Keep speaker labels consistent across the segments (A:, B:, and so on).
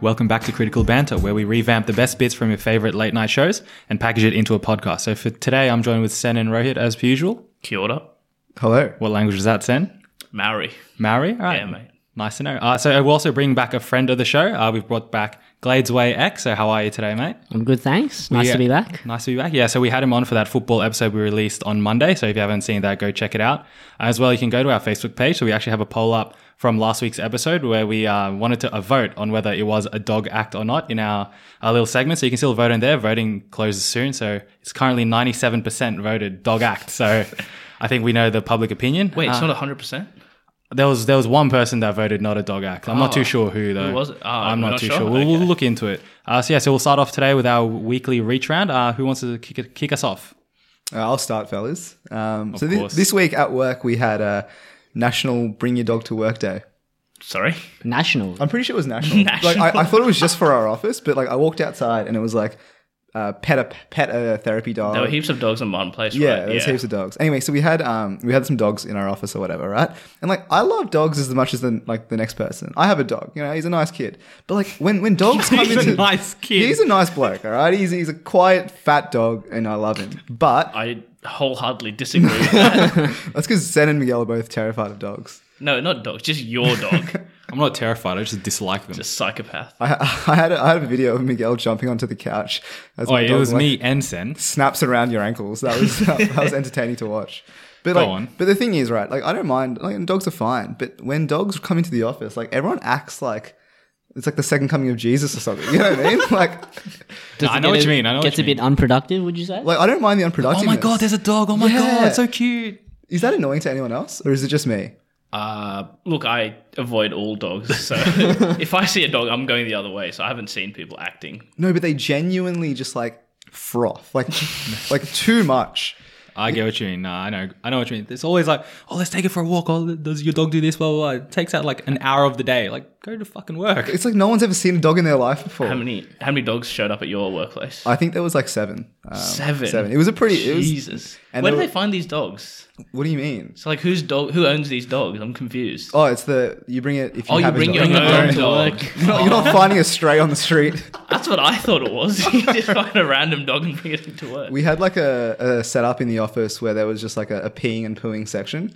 A: Welcome back to Critical Banter, where we revamp the best bits from your favorite late night shows and package it into a podcast. So for today, I'm joined with Sen and Rohit as per usual.
B: Kia ora.
C: Hello.
A: What language is that, Sen?
B: Maori.
A: Maori? All right.
C: Hmm.
B: Yeah, mate.
A: Nice to know. Uh, so we're also bringing back a friend of the show. Uh, we've brought back Gladesway X. So how are you today, mate?
D: I'm good, thanks. Nice
A: Yeah.
D: to be back.
A: Nice to be back. Yeah, so we had him on for that football episode we released on Monday. So if you haven't seen that, go check it out. As well, you can go to our Facebook page. So we actually have a poll up from last week's episode where we uh, wanted to uh, vote on whether it was a dog act or not in our, our little segment. So you can still vote in there. Voting closes soon. So it's currently 97% voted dog act. So I think we know the public opinion.
B: Wait,
A: Uh,
B: it's
C: Ah.
B: not hundred percent.
A: there was there was one person that voted not a dog act. I'm not
B: Oh.
A: too sure Ah. who though.
B: Who was it? Oh,
A: I'm
B: we're
A: not,
B: not
A: too sure.
B: sure?
A: We'll, we'll
B: Okay.
A: look into it. Uh, so yeah, so we'll start off today with our weekly reach round. Uh, who wants to kick, it, kick us off?
C: Uh, I'll start, fellas. Um, so thi-
A: course.
C: this week at work we had a National Bring Your Dog to Work Day.
B: Sorry.
D: National.
C: I'm pretty sure it was national.
B: National.
C: Like I, I thought it was just for our office, but like I walked outside and it was like uh, pet a pet a therapy dog.
B: There were heaps of dogs in one place,
C: Oh. Yeah,
B: right?
C: there's heaps of dogs. Anyway, so we had um we had some dogs in our office or whatever, right? And like I love dogs as much as the like the next person. I have a dog, you know, he's a nice kid. But like when when dogs come
A: He's a
C: into
A: nice kid.
C: he's a nice bloke, all right. He's he's a quiet fat dog, and I love him. But
B: I wholeheartedly disagree. with that.
C: that's because Zen and Miguel are both terrified of dogs.
B: No, not dogs. Just your dog.
A: I'm not terrified. I just dislike them.
B: the psychopath.
C: I, I had a, I had a video of Miguel jumping onto the couch. As
A: oh,
C: my
A: yeah, it
C: dog,
A: was
C: like,
A: me and Sen.
C: snaps around your ankles. That was that, was entertaining to watch. But
A: Go
C: like,
A: on.
C: but the thing is, right? Like, I don't mind. Like, and dogs are fine. But when dogs come into the office, like everyone acts like it's like the second coming of Jesus or something. You know what I mean? Like,
D: Does
A: I
D: it
A: know
D: get
A: what
D: a-
A: you mean, I know what
D: Gets
A: you
D: a bit unproductive, would you say?
C: like I don't mind the
A: Oh
C: unproductive.
A: my god, there's a dog. Oh my
C: Yeah.
A: god, it's so cute.
C: is that annoying to anyone else, or is it just me?
B: Uh, look, I avoid all dogs. So if I see a dog, I'm going the other way. So I haven't seen people acting.
C: No, but they genuinely just like froth, like like too much.
A: I get what you mean. Nah, I know. I know what you mean. It's always like, oh, let's take it for a walk. Oh, does your dog do this? Blah blah. blah. It takes out like an hour of the day. Like, go to fucking work.
C: It's like no one's ever seen a dog in their life before.
B: How many? How many dogs showed up at your workplace?
C: I think there was like seven. Um,
B: Seven.
C: Seven. It was a pretty. It was,
B: Jesus.
C: and
B: Where do
C: there
B: they
C: were-
B: find these dogs?
C: what do you mean?
B: So like, whose dog? Who owns these dogs? I'm confused.
C: Oh, it's the you bring it if you
B: Oh, you
C: have a
B: bring
C: dog.
B: your
D: Bring your
B: own
D: own
B: dog. Oh,
C: You're not, you're not finding a stray on the street.
B: That's what I thought it was. You just find a random dog and bring it into work.
C: We had like a, a setup in the office where there was just like a, a peeing and pooing section.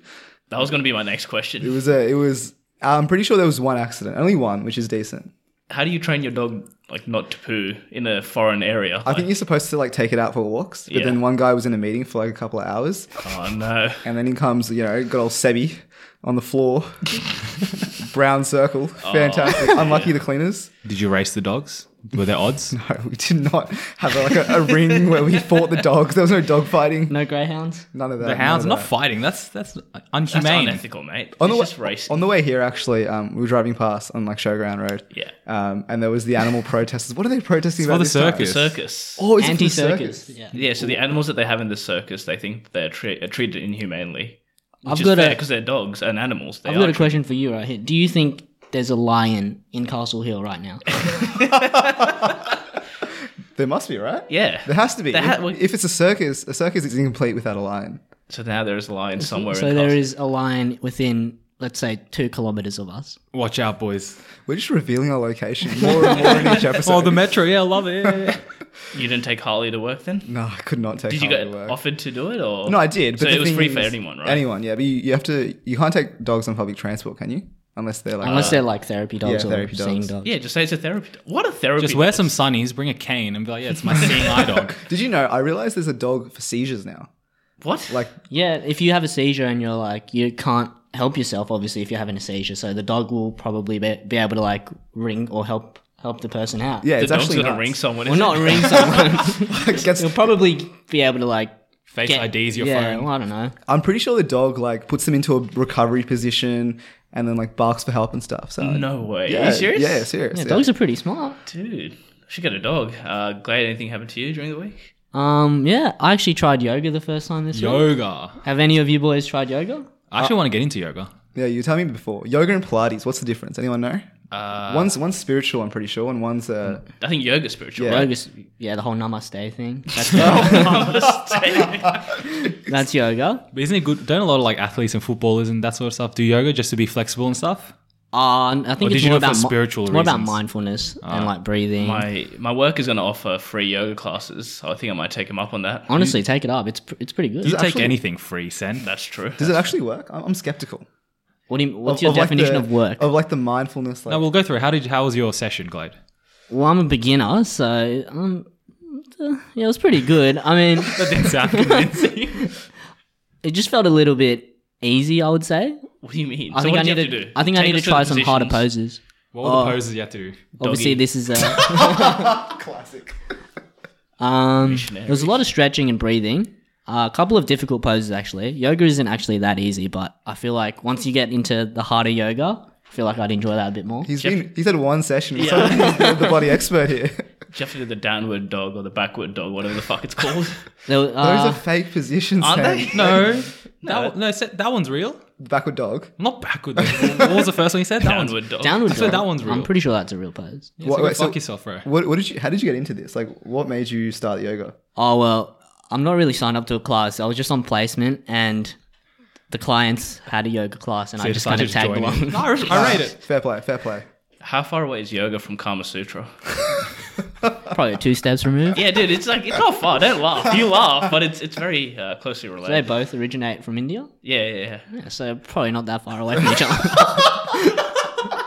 B: That was going to be my next
C: It
B: question.
C: was a it was. I'm pretty sure there was one accident, only one, which is decent.
B: How do you train your dog like not to poo in a foreign area?
C: I think you're supposed to like take it out for walks, but
B: Yeah.
C: then one guy was in a meeting for like a couple of hours,
B: oh no.
C: and then he comes, you know, got old Sebi on the floor, brown circle,
B: Oh.
C: fantastic. Unlucky the cleaners.
A: Did you race the dogs? Were there odds?
C: No, we did not have like a, a ring where we fought the dogs. There was no dog fighting.
D: no greyhounds?
C: None of that.
A: the hounds
C: none
A: not
C: of that.
A: fighting. That's that's
B: That's
A: unhumane.
B: unethical, mate. On
C: on the
B: it's
C: way,
B: just racing.
C: on the way here, actually, um, we were driving past on like Showground Road.
B: Yeah.
C: Um, and there was the animal protesters. What are they protesting
A: It's
C: about?
A: for the
C: this time?
A: circus.
B: circus.
C: Oh, it's
D: Anti
C: anti
D: circus.
C: circus.
D: Yeah.
B: Yeah, so the animals that they have in the circus, they think they're tre- are treated inhumanely. Which
D: I've
B: is
D: got a-
B: because they're dogs and animals. They
D: I've
B: are
D: got a
B: treated-
D: question for you right here. Do you think there's a lion in Castle Hill right now?
C: There must be, right?
B: Yeah.
C: There has to be.
B: There ha-
C: if, if it's a circus, a circus is incomplete without a lion.
B: so now there is a lion somewhere.
D: so
B: in
D: there
B: Castle.
D: is a lion within, let's say, two kilometers of us.
A: Watch out, boys.
C: We're just revealing our location more and more in each episode.
A: Oh, the metro. Yeah, I love it. Yeah, yeah.
B: You didn't take Harley to work then?
C: no, I could not take.
B: Did you
C: Harley
B: get
C: to work.
B: offered to do it or
C: No, I did. But
B: So
C: the
B: it was
C: thing
B: free for
C: is-
B: anyone, right?
C: Anyone, yeah. But you, you have to. You can't take dogs on public transport, can you? Unless they're
A: Uh,
C: like.
D: Unless they're like therapy dogs
C: yeah,
D: or
C: therapy
D: seeing
C: dogs.
D: dogs.
B: Yeah, just say it's a therapy. dog. What a therapy.
A: Just wear
B: dog.
A: some sunnies, bring a cane, and be like, yeah, it's my seeing eye dog.
C: did you know? I realized there's a dog for seizures now.
B: What?
C: Like
D: Yeah, if you have a seizure and you're like, you can't help yourself, obviously, if you're having a seizure. So the dog will probably be, be able to like ring or help help the person out.
C: yeah,
B: the
C: it's
B: dog's
C: actually
B: gonna
C: nuts.
B: ring someone.
D: Well,
B: isn't
D: not
B: it?
D: ring someone.
C: It gets-
D: You'll probably be able to like
A: Face
D: get
A: IDs your
D: yeah,
A: phone.
D: Well, I don't know.
C: I'm pretty sure the dog like puts them into a recovery position and then like barks for help and stuff. So
B: No way. Are
C: yeah,
B: you serious?
C: Yeah, serious.
D: Yeah,
C: yeah.
D: dogs are pretty smart.
B: Dude, should get a dog. Uh, glad anything happened to you during the week.
D: Um, yeah, I actually tried yoga the first time this week.
A: Yoga.
D: Have any of you boys tried yoga?
A: I actually want to get into yoga.
C: Yeah, you tell me before yoga and Pilates. What's the difference? Anyone know?
B: Uh,
C: one's one's spiritual, I'm pretty sure, and one's uh,
B: I think yoga spiritual.
C: Yeah.
B: right?
D: Yoga's, yeah, the whole namaste thing. That's, that's yoga.
A: But isn't it good? Don't a lot of like athletes and footballers and that sort of stuff do yoga just to be flexible and stuff?
D: Uh, I think
A: did
D: it's
A: you
D: more
A: do it for
D: about mi-
A: spiritual
D: it's more about
A: reasons?
D: mindfulness and like breathing.
B: Uh, My my work is going to offer free yoga classes, so I think I might take him up on that.
D: Honestly, take it up. It's pr- it's pretty good.
A: You take
C: actually-
A: anything free, Sen.
B: That's true.
C: Does it actually work? I'm, I'm skeptical.
D: What do you, what's
C: Of-
D: your
C: of, like,
D: definition
C: the-
D: of work?
C: Of like the mindfulness. Like,
A: No, we'll go through. it. How did? How was your session, Glade?
D: well, I'm a beginner, so um, uh, yeah, it was pretty good. I mean,
A: That didn't sound convincing.
D: it just felt a little bit easy. I would say.
B: What do you mean?
D: I
B: So
D: think
B: what
D: I
B: do
D: need
B: you
D: to.
B: have do?
D: I think I
B: Take us
D: need to
B: through the
D: try some harder
B: positions?
D: poses.
A: What were the poses you had to do?
D: Obviously,
B: Doggy.
D: this is a
C: classic.
D: um. There was a lot of stretching and breathing. Uh, a couple of difficult poses actually. Yoga isn't actually that easy, but I feel like once you get into the harder yoga, I feel like I'd enjoy that a bit more.
C: He's been, he's had one session. He's suddenly the body expert here.
B: Do you have to do the downward dog or the backward dog, whatever the fuck it's called?
D: There were,
C: Those
D: uh,
C: are fake positions.
B: Aren't
C: Sam.
B: they?
A: No, that, no, se- that one's real.
C: Backward dog.
A: Not backward. what was the first one you said? That one's
B: downward dog.
D: downward
A: I feel
D: dog.
A: that one's
D: I'm
A: real.
D: pretty sure that's a real pose.
A: Yeah, so
C: Wait,
A: go
C: wait, so-
A: fuck yourself, bro.
C: What, what did you? How did you get into this? Like, what made you start yoga?
D: Oh well, I'm not really signed up to a class. I was just on placement, and the clients had a yoga class, and I just kind of tagged along.
A: No, I, re- I rate it.
C: Ah, Fair play. Fair play.
B: How far away is yoga from Kama Sutra?
D: Probably two steps removed.
B: Yeah, dude, it's like it's not far. Don't laugh. You laugh, but it's it's very uh, closely
D: They
B: related.
D: both originate from India,
B: Yeah, yeah, yeah.
D: yeah, so probably not that far away from each other.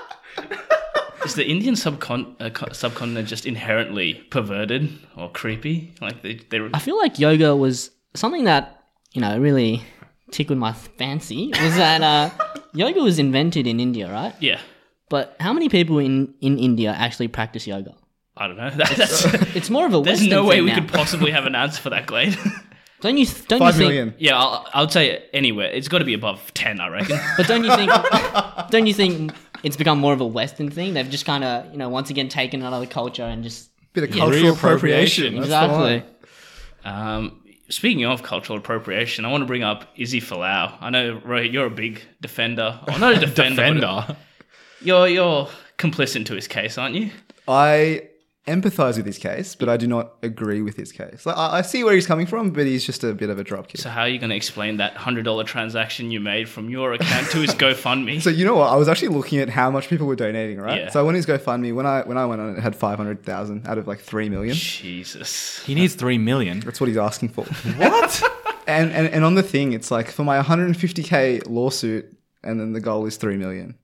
B: Is the Indian subcon- uh, co- subcontinent just inherently perverted or creepy? Like they they
D: I feel like yoga was something that you know really tickled my fancy. Was that uh, yoga was invented in India, right?
B: yeah.
D: But how many people in in India actually practice yoga?
B: I don't know. That, that's,
D: It's more of a
B: there's
D: Western
B: no way
D: thing
B: we
D: now.
B: could possibly have an answer for that, Glade.
D: Don't you th- don't
C: Five
D: you think?
C: million.
B: yeah, I'll, I would say anywhere. It's got to be above ten, I reckon.
D: But don't you think? don't you think it's become more of a Western thing? They've just kind of you know once again taken another culture and just
C: Bit of cultural appropriation.
A: Reappropriation.
C: That's the
D: exactly.
C: one.
B: Um, speaking of cultural appropriation, I want to bring up Izzy Falau. I know, Rohit, you're a big defender. Oh, not a defender. but
A: Defender.
B: You're, you're complicit to his case, aren't you?
C: I empathize with his case, but I do not agree with his case. Like, I, I see where he's coming from, but he's just a bit of a dropkick.
B: So how are you going to explain that $100 transaction you made from your account to his GoFundMe?
C: So you know what? I was actually looking at how much people were donating, right?
B: Yeah.
C: So I went to his GoFundMe. When I when I went on, it, it had five hundred thousand out of like three million.
B: Jesus.
A: He needs three million.
C: That's what he's asking for.
A: What?
C: and, and and on the thing, it's like for my 150k lawsuit, and then the goal is three million.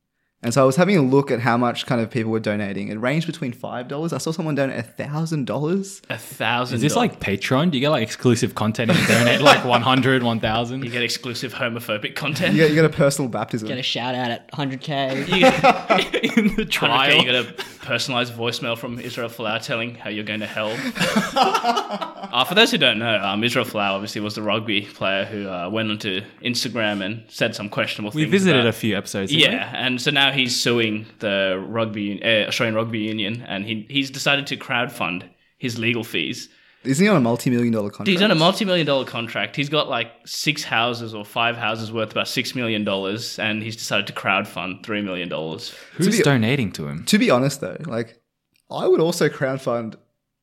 C: And so I was having a look at how much kind of people were donating. It ranged between five dollars. I saw someone donate a thousand dollars.
B: A thousand
A: Is this like Patreon? Do you get like exclusive content if you donate like 100, 1,000?
B: You get exclusive homophobic content.
C: You got you got a personal baptism.
D: Get a shout out at 100k.
B: You get,
A: in the
B: okay, you get a personalized voicemail from Israel Flower telling how you're going to hell. uh, for those who don't know, um, Israel Flower obviously was the rugby player who uh, went onto Instagram and said some questionable
A: We
B: things.
A: visited
B: about-
A: a few episodes. didn't we?
B: Yeah, and so now he's suing the rugby uh, Australian Rugby Union, and he he's decided to crowdfund his legal fees.
C: Isn't he on a multi-million dollar contract?
B: He's on a multi-million dollar contract. He's got like six houses or five houses worth about six million dollars, and he's decided to crowdfund three million dollars.
A: Who's
C: be-
A: donating to him?
C: to be honest, though, like I would also crowd fund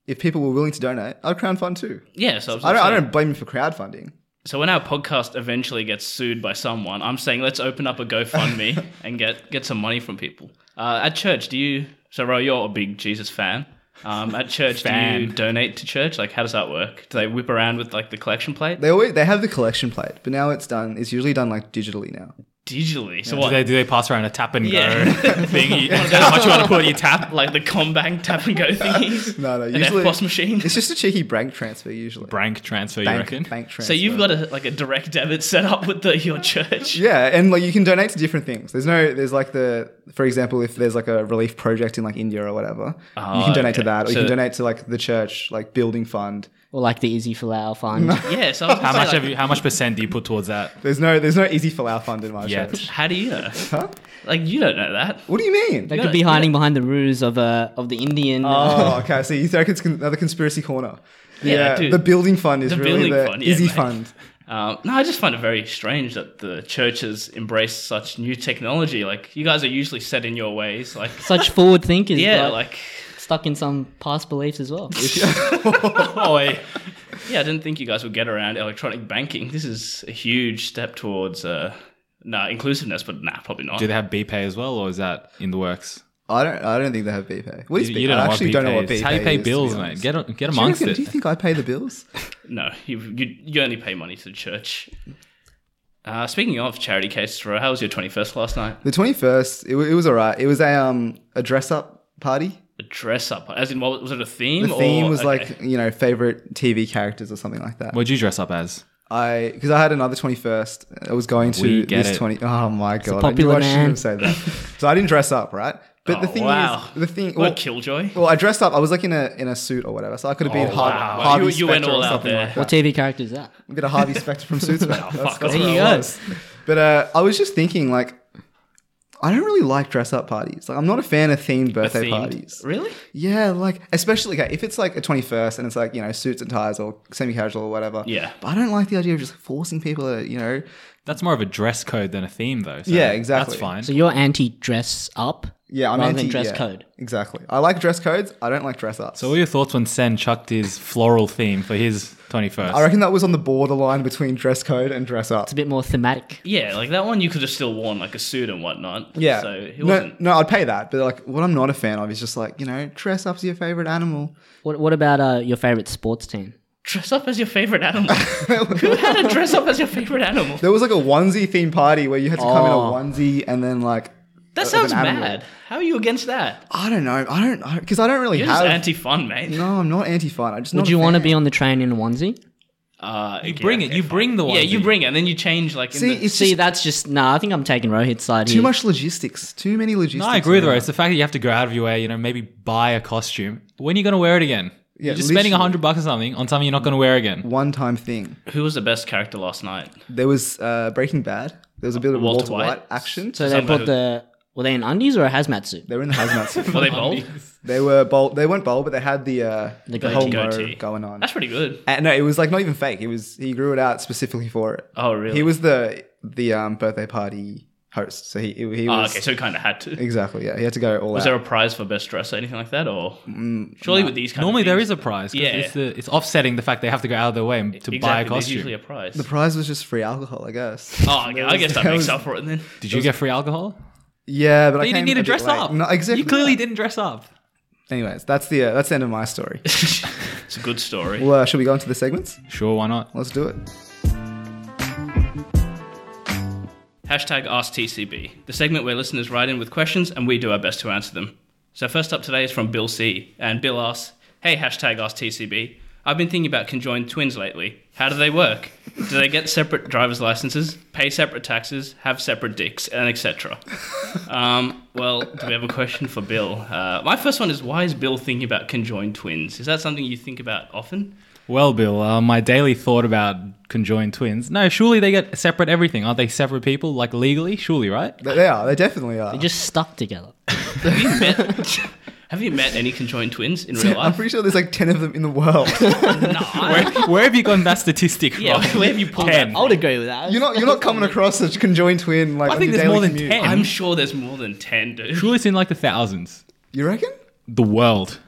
C: if people were willing to donate. I'd crowd fund too.
B: Yeah, so I, was
C: I don't, I
B: saying-
C: don't blame him for crowdfunding.
B: So when our podcast eventually gets sued by someone, I'm saying let's open up a GoFundMe and get get some money from people. Uh, at church, do you? So Ro, you're a big Jesus fan. Um, at church, do you
A: Fan.
B: donate to church? Like, how does that work? Do they whip around with like the collection plate
C: They always they have the collection plate, but now it's done. It's usually done like digitally now.
B: digitally? So
A: Do
B: what?
A: they, do they pass around a tap and
B: Yeah.
A: go thing? You, how much you want to put in your tap?
B: like the Combank tap and go thingies?
C: No, no,
B: An
C: usually-
B: FPOS machine.
C: It's just a cheeky bank transfer usually.
A: Brank transfer, you
C: bank,
A: reckon?
C: bank transfer.
B: So you've got a like a direct debit set up with the, your church.
C: Yeah, and like you can donate to different things. There's no, there's like the, for example, if there's like a relief project in like India or whatever, you can donate
B: Ah,
C: to
B: okay.
C: that, or you
B: So-
C: can donate to like the church, like building fund.
D: or like the Izzy Falau fund.
B: Yeah. So I was gonna
A: How
B: say,
A: much
B: like,
A: have you? How much percent do you put towards that?
C: There's no, there's no easy for our fund in my
A: Yet.
C: church.
B: How do you know?
C: Huh?
B: Like you don't know that.
C: What do you mean?
D: They could be hiding behind the ruse of uh, of the Indian. uh,
C: Oh, okay. So you think it's con- another conspiracy corner?
B: Yeah,
C: Yeah,
B: dude.
C: the building fund is
B: The building
C: really the
B: fund, yeah,
C: easy
B: mate.
C: fund.
B: Um, no, I just find it very strange that the churches embrace such new technology. Like, you guys are usually set in your ways. Like,
D: Such forward thinkers.
B: yeah,
D: but
B: like,
D: stuck in some past beliefs as well.
A: Oi.
B: yeah, I didn't think you guys would get around electronic banking. This is a huge step towards uh, Nah, inclusiveness, but nah, probably not.
A: Do they have BPay as well, or is that in the works?
C: I don't. I don't think they have BPay. What is
A: You-
C: BPay?
A: you don't
C: I
A: know what
C: actually
A: BPay
C: don't know what
A: is.
C: BPay
A: It's How you pay
C: is, to be
A: bills, mate?
C: honest.
A: Get on, get
C: Do you,
A: amongst
C: reckon-
A: it.
C: do you think I pay the bills?
B: No, you, you you only pay money to the church. Uh, speaking of charity cases, Ro, how was your twenty first last night?
C: The twenty first. It, wa- it was all right. It was a um a dress up party.
B: A dress up, as in, what was it a theme?
C: The theme
B: or,
C: was
B: okay.
C: like you know favorite TV characters or something like that.
A: What'd you dress up as?
C: I because I had another twenty first. I was going to
A: We get
C: this
A: it.
C: twenty. Oh my god!
D: popular
C: I knew I
D: man.
C: shouldn't have said that. so I didn't dress up, right? But the
B: Oh,
C: thing
B: wow.
C: is, the thing.
B: what
C: Well,
B: a killjoy.
C: well, I dressed up. I was like in a in a suit or whatever. So I could have been
B: Oh,
C: Har-
B: wow.
C: Harvey
B: You- you went
C: Specter or
B: all out
C: something
B: there.
C: like that.
D: What TV character is that?
C: A bit of Harvey Specter from Suits. man. That's-
B: Oh, fuck
C: that's
B: off.
C: where
D: There you
C: I
D: go.
C: was. But uh, I was just thinking, like, I don't really like dress up parties. Like, I'm not a fan of themed
B: A
C: birthday
B: themed-
C: parties.
B: Really?
C: Yeah, like especially okay, if it's like a 21st and it's like you know suits and ties or semi-casual or whatever.
B: Yeah.
C: but I don't like the idea of just forcing people to you know.
A: That's more of a dress code than a theme, though. So
C: Yeah, exactly.
A: That's fine.
D: So you're anti dress up?
C: Yeah, I'm
D: rather
C: anti
D: than dress
C: yeah,
D: code.
C: Exactly. I like dress codes. I don't like dress ups.
A: So, what were your thoughts when Sen chucked his floral theme for his 21st?
C: I reckon that was on the borderline between dress code and dress up.
D: It's a bit more thematic.
B: Yeah, like that one you could have still worn like a suit and whatnot.
C: Yeah.
B: So it
C: no,
B: wasn't.
C: no, I'd pay that. But like, what I'm not a fan of is just like you know, dress up's your favorite animal.
D: What What about uh, your favorite sports team?
B: Dress up as your favorite animal. Who had a dress up as your favorite animal?
C: There was like a onesie themed party where you had to come
D: Oh.
C: in a onesie and then like
B: That
C: Of an
B: sounds
C: animal.
B: mad. How are you against that?
C: I don't know, I don't because I don't really
B: You're
C: have.
B: just anti fun, mate.
C: no, I'm not anti fun. I just
D: Would you want to be on the train in a onesie?
B: Uh,
A: You bring it. You bring the one.
B: Yeah, you bring it, and then you change like.
C: See,
B: in the,
C: it's
D: See,
C: just
D: that's just nah. I think I'm taking Rohit's side
C: too
D: here.
C: much logistics, too many logistics.
A: No, I agree with her.
C: around.
A: It's the fact that you have to go out of your way, you know, maybe buy a costume. When are you going to wear it again?
C: Yeah,
A: you're just spending spending
C: literally.
A: 100 bucks or something on something you're not going to wear again.
C: One time thing.
B: who was the best character last night?
C: There was uh, Breaking Bad. There was a bit of
B: Walter
C: Walter, White,
B: White.
C: action.
D: So they
B: Somebody
D: put the were they in undies or a hazmat suit?
C: they were in the hazmat suit.
B: Were they bold?
C: they were bold. They weren't bold, but they had the uh, the, whole mo
B: goatee.
C: going on.
B: That's pretty good.
C: And no, it was like not even fake. It was he grew it out specifically for it.
B: Oh, really?
C: He was the the um, birthday party host, so he he
B: Oh,
C: was
B: okay, so he kind of had to.
C: exactly yeah. He had to go all
B: Was
C: out.
B: there a prize for best dress or anything like that, or
C: Mm,
B: surely with these kind
A: Normally
B: of things,
A: there is a prize. 'cause
B: Yeah.
A: It's, the, it's offsetting the fact they have to go out of their way and- to buy a
B: exactly, There's
A: costume.
B: usually a prize.
C: The prize was just free alcohol, I guess.
B: oh, okay, I guess that makes up for it then.
A: Did you get free alcohol?
C: Yeah, but, I
A: But you didn't
C: came
A: need to
C: a bit
A: dress
C: late.
A: up.
C: No, exactly.
A: You clearly didn't dress up.
C: Anyways, that's the uh, that's the end of my story.
B: It's a good story.
C: well, uh, should we go into the segments?
A: Sure, why not?
C: Let's do it.
B: Hashtag Ask TCB, the segment where listeners write in with questions and we do our best to answer them. So first up today is from Bill C, and Bill asks, "Hey, hashtag Ask TCB. I've been thinking about conjoined twins lately. How do they work? Do they get separate driver's licenses, pay separate taxes, have separate dicks, and etc.?" Um, well, do we have a question for Bill? Uh, my first one is, why is Bill thinking about conjoined twins? Is that something you think about often?
A: Well, Bill, uh, my daily thought about conjoined twins. No, surely they get separate everything. Aren't they separate people, like legally? Surely, right?
C: They, they are. They definitely are.
D: They're just stuck together.
B: Met- have you met any conjoined twins in real
C: I'm
B: life?
C: pretty sure there's like ten of them in the world.
B: No.
A: Where have you gotten that statistic from?
B: Yeah, where have you pulled that
A: Ten.
D: I would agree with that.
C: you're not you're not coming across a conjoined twin like.
A: I
C: on
A: think
C: your
A: there's
C: daily
A: more than
C: commute.
A: 10.
B: I'm sure there's more than 10, dude.
A: Surely it's in like the thousands.
C: You reckon?
A: The world.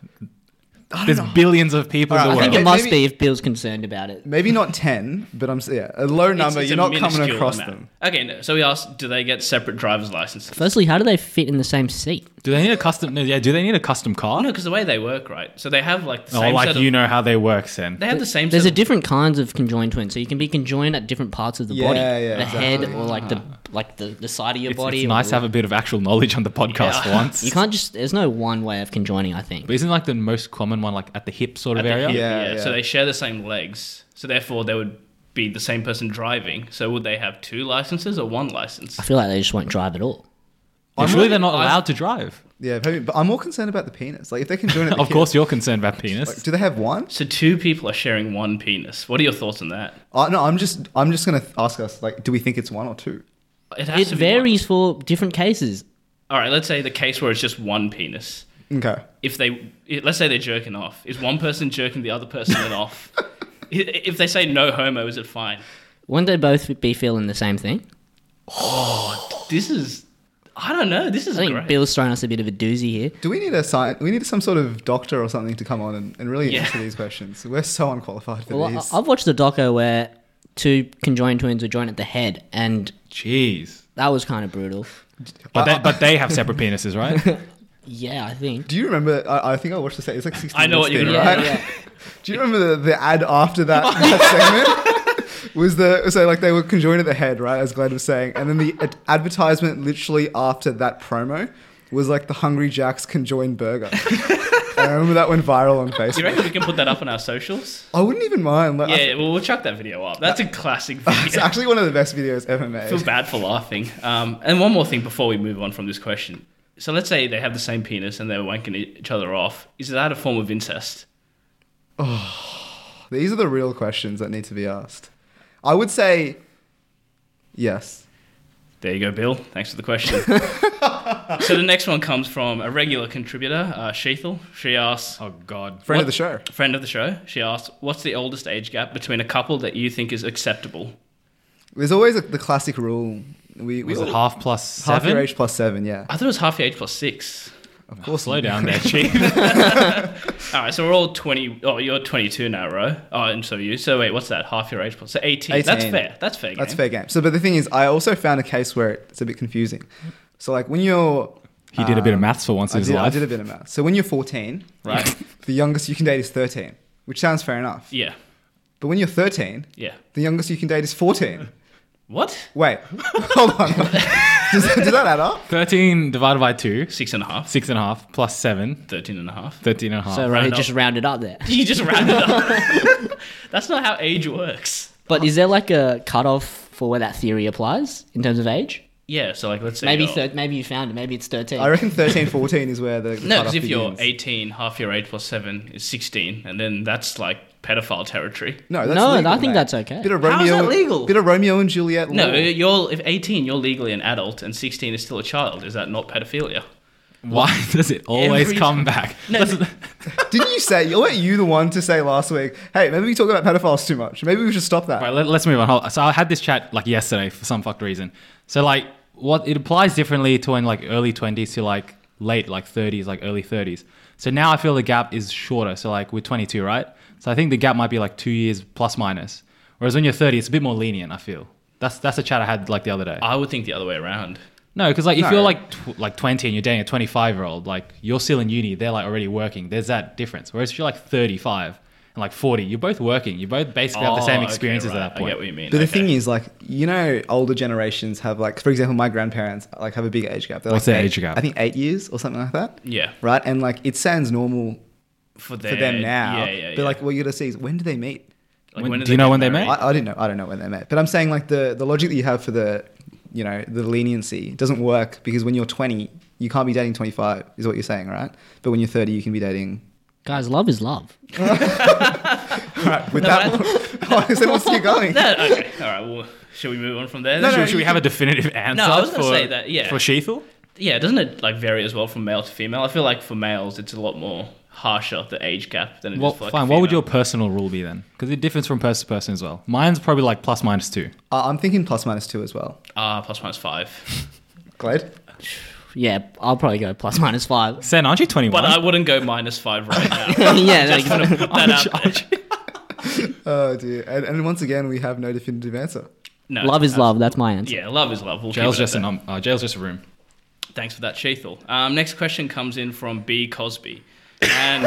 A: There's billions of people in the
C: Alright, I
A: world.
D: I think
C: Okay,
D: it must
C: maybe-
D: be if Bill's concerned about it.
C: Maybe not ten, but I'm s- yeah a low number.
B: It's- it's
C: you're
B: a
C: not coming
B: minuscule
C: across
B: amount.
C: them.
B: Okay, no, so we asked, do they get separate driver's licenses?
D: Firstly, how do they fit in the same seat?
A: Do they need a custom? No, yeah. Do they need a custom car?
B: Oh, No, because the way they work, right? So they have like the
A: oh,
B: same
A: like
B: set
A: you
B: of,
A: know how they work, Sen.
B: They have the same
D: There's a
B: set
D: different kinds of conjoined twins, so you can be conjoined at different parts of the
C: Yeah,
D: body,
C: yeah,
D: the
C: exactly.
D: head or like the like the, the side of your
A: It's,
D: body.
A: it's nice to
D: or,
A: have a bit of actual knowledge on the podcast
B: Yeah.
A: for once.
D: you can't just. There's no one way of conjoining. I think.
A: But isn't like the most common one like at the hip sort of
B: of
A: area?
B: yeah,
C: Yeah,
B: yeah,
C: yeah.
B: So they share the same legs. So therefore, they would be the same person driving. So would they have two licenses or one license?
D: I feel like they just won't drive at all.
A: Yeah, surely
B: really-
A: they're not
B: I-
A: allowed to drive.
C: Yeah, maybe, but I'm more concerned about the penis. Like if they can join it,
A: Of course, you're concerned about penis.
C: Like, do they have one?
B: So two people are sharing one penis. What are your thoughts on that?
C: Uh, no, I'm just I'm just gonna ask us like, do we think it's one or two?
B: It
D: It
B: has to be one.
D: varies for different cases.
B: All right, let's say the case where it's just one penis.
C: Okay.
B: if they let's say they're jerking off is one person jerking the other person then off if they say no homo is it fine
D: Wouldn't they both be feeling the same thing?
B: this is i don't know this is
D: I think
B: great
D: Bill's thrown us a bit of a doozy here.
C: Do we need a sign? We need some sort of doctor or something to come on and, and really
B: Yeah.
C: answer these questions. We're so unqualified for
D: Well,
C: these.
D: I, I've watched the doco where two conjoined twins were joined at the head, and
A: Jeez.
D: That was kind of brutal.
C: Uh,
A: But they, but they have separate penises, right?
D: Yeah, I think.
C: Do you remember? I, I think I watched the set. It's like 16
B: I know what
C: minutes
B: you're
C: thing,
B: gonna
D: Yeah,
C: right?
D: yeah.
C: Do you remember the, the ad after that, that segment? Was the so like they were conjoined at the head, right? As Glad was saying, and then the ad- advertisement literally after that promo was like the Hungry Jack's conjoined burger. I remember that went viral on
B: Do you
C: Facebook.
B: reckon we can put that up on our socials?
C: I wouldn't even mind. Like, I-
B: Yeah, well, we'll chuck that video up. That's a classic video.
C: it's actually one of the best videos ever
B: I
C: made.
B: feel bad for laughing. Um, and one more thing before we move on from this question. So let's say they have the same penis and they're wanking e-, each other off. Is that a form of incest?
C: These are the real questions that need to be asked. I would say yes.
B: There you go, Bill. Thanks for the question. so the next one comes from a regular contributor, uh, Sheethal. She asks,
A: oh God.
C: Friend of
B: What?
C: the show.
B: friend of the show, she asks, what's the oldest age gap between a couple that you think is acceptable?
C: There's always like the classic rule. We, we
A: Was it
C: all-
A: half plus
C: half
A: seven? Oh,
C: your age plus seven? Yeah,
B: I thought it was half the age plus six.
C: of course.
A: Slow down there, chief.
B: All right, so we're all 20. Oh, you're 22 now, bro. Oh, and so are you. So wait, what's that? Half your age plus. So 18. That's
C: 18.
B: fair. That's fair.
C: That's
B: game.
C: fair game. So, but the thing is, I also found a case where it's a bit confusing. So, like when you're,
A: He did a bit of
C: um,
A: maths for once in
C: I
A: his
C: did, I
A: life.
C: did a bit of math. So when you're 14,
B: Right.
C: the youngest you can date is 13, which sounds fair enough.
B: Yeah.
C: But when you're 13,
B: Yeah.
C: the youngest you can date is 14.
B: What?
C: Wait, hold on. does, does that add up?
A: 13 divided by 2,
B: Six and a half.
A: six and a half plus 7,
B: Thirteen and a half.
A: 13 and a half.
D: So right, he
B: up.
D: just rounded up there.
B: You just rounded up. That's not how age works.
D: But is there like a cutoff for where that theory applies in terms of age?
B: Yeah. So like, let's say
D: Maybe
B: you're-
D: thir- maybe you found it. Maybe it's thirteen.
C: I reckon 13, 14 is where the, the
B: No,
C: cutoff
B: because if you're
C: begins.
B: 18, half your age plus seven is 16, and then that's like pedophile territory.
C: no, that's
D: No,
C: legal,
D: I think
C: mate.
D: that's okay.
C: Bit of
B: How
C: Romeo,
B: is that legal?
C: Bit of Romeo and Juliet.
B: No,
C: law.
B: you're if 18, you're legally an adult, and 16 is still a child. Is that not pedophilia?
A: Why does it always
B: Every
A: come back? Doesn't-
C: Didn't you say? Weren't you the one to say last week? Hey, maybe we talk about pedophiles too much. Maybe we should stop that.
A: All right, let, us move on. Hold- So I had this chat like yesterday for some fucked reason. So like, what it applies differently to in like early twenties to like late like thirties, like early thirties. So now I feel the gap is shorter. So like we're twenty two, right? So I think the gap might be like two years plus minus. Whereas when you're thirty, it's a bit more lenient. I feel that's that's a chat I had like the other day.
B: I would think the other way around.
A: No, because like if
C: No.
A: you're like tw- like twenty and you're dating a twenty five year old, like you're still in uni, they're like already working. There's that difference. Whereas if you're like thirty five and like forty, you're both working. You both basically have the same
B: Oh, okay,
A: experiences
B: right.
A: at that
B: I
A: point.
B: get what you mean.
C: But the
B: okay.
C: thing is, like, you know, older generations have, like, for example, my grandparents, like, have a big age gap. They're,
A: What's
C: like,
A: their
C: eight-
A: age gap?
C: I think eight years or something like that.
B: yeah,
C: Right? And, like, it sounds normal
B: for,
C: for them now.
B: Yeah, yeah,
C: But,
B: yeah.
C: like, what you got to see is when do they meet?
B: Like,
A: When-
B: did
A: do you
B: they
A: know
B: get
A: when they
B: married?
A: met?
C: I, I didn't know. I don't know when they met. But I'm saying, like, the, the logic that you have for the, you know, the leniency doesn't work because when you're 20, you can't be dating 25, is what you're saying, right? But when you're 30, you can be dating.
D: Guys, love is love.
C: Right. With that, oh, so what's you going?
B: No, okay. All right. Well, should we move on from there?
C: No,
A: should,
C: no,
A: should we
C: you
A: have a definitive answer?
B: No, I was gonna
A: for-
B: say that, yeah.
A: For Sheethal?
B: Yeah, doesn't it like vary as well from male to female? I feel like for males, it's a lot more harsher the age gap than it is
A: Well,
B: for like, a
A: fine. What would your
B: female.
A: personal rule be then? Because it differs from person to person as well. Mine's probably like plus minus two.
C: Uh, I'm thinking plus minus two as well.
B: ah plus minus five?
C: Glad.
D: Yeah, I'll probably go plus minus five.
A: Sen, aren't you twenty
B: But I
A: one?
B: wouldn't go minus five right now.
D: yeah,
B: Just
D: like,
B: want to put that out. there.
C: Oh dear. And, and once again, we have no definitive answer.
B: No,
D: love is
B: that's-
D: love. That's my answer.
B: Yeah, love is love. We'll
A: Jail's
B: keep it
A: just a
B: at that.
A: num- uh, jail's just a room.
B: Thanks for that, Sheethal. Um, next question comes in from B Cosby, and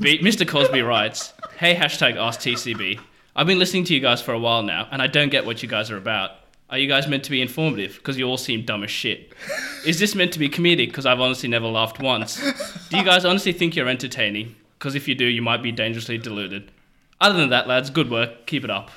B: B- Mr. Cosby writes, "Hey hashtag Ask TCB. I've been listening to you guys for a while now, and I don't get what you guys are about. Are you guys meant to be informative? Because you all seem dumb as shit. Is this meant to be comedic? Because I've honestly never laughed once. Do you guys honestly think you're entertaining? Because if you do, you might be dangerously deluded. Other than that, lads, good work. Keep it up."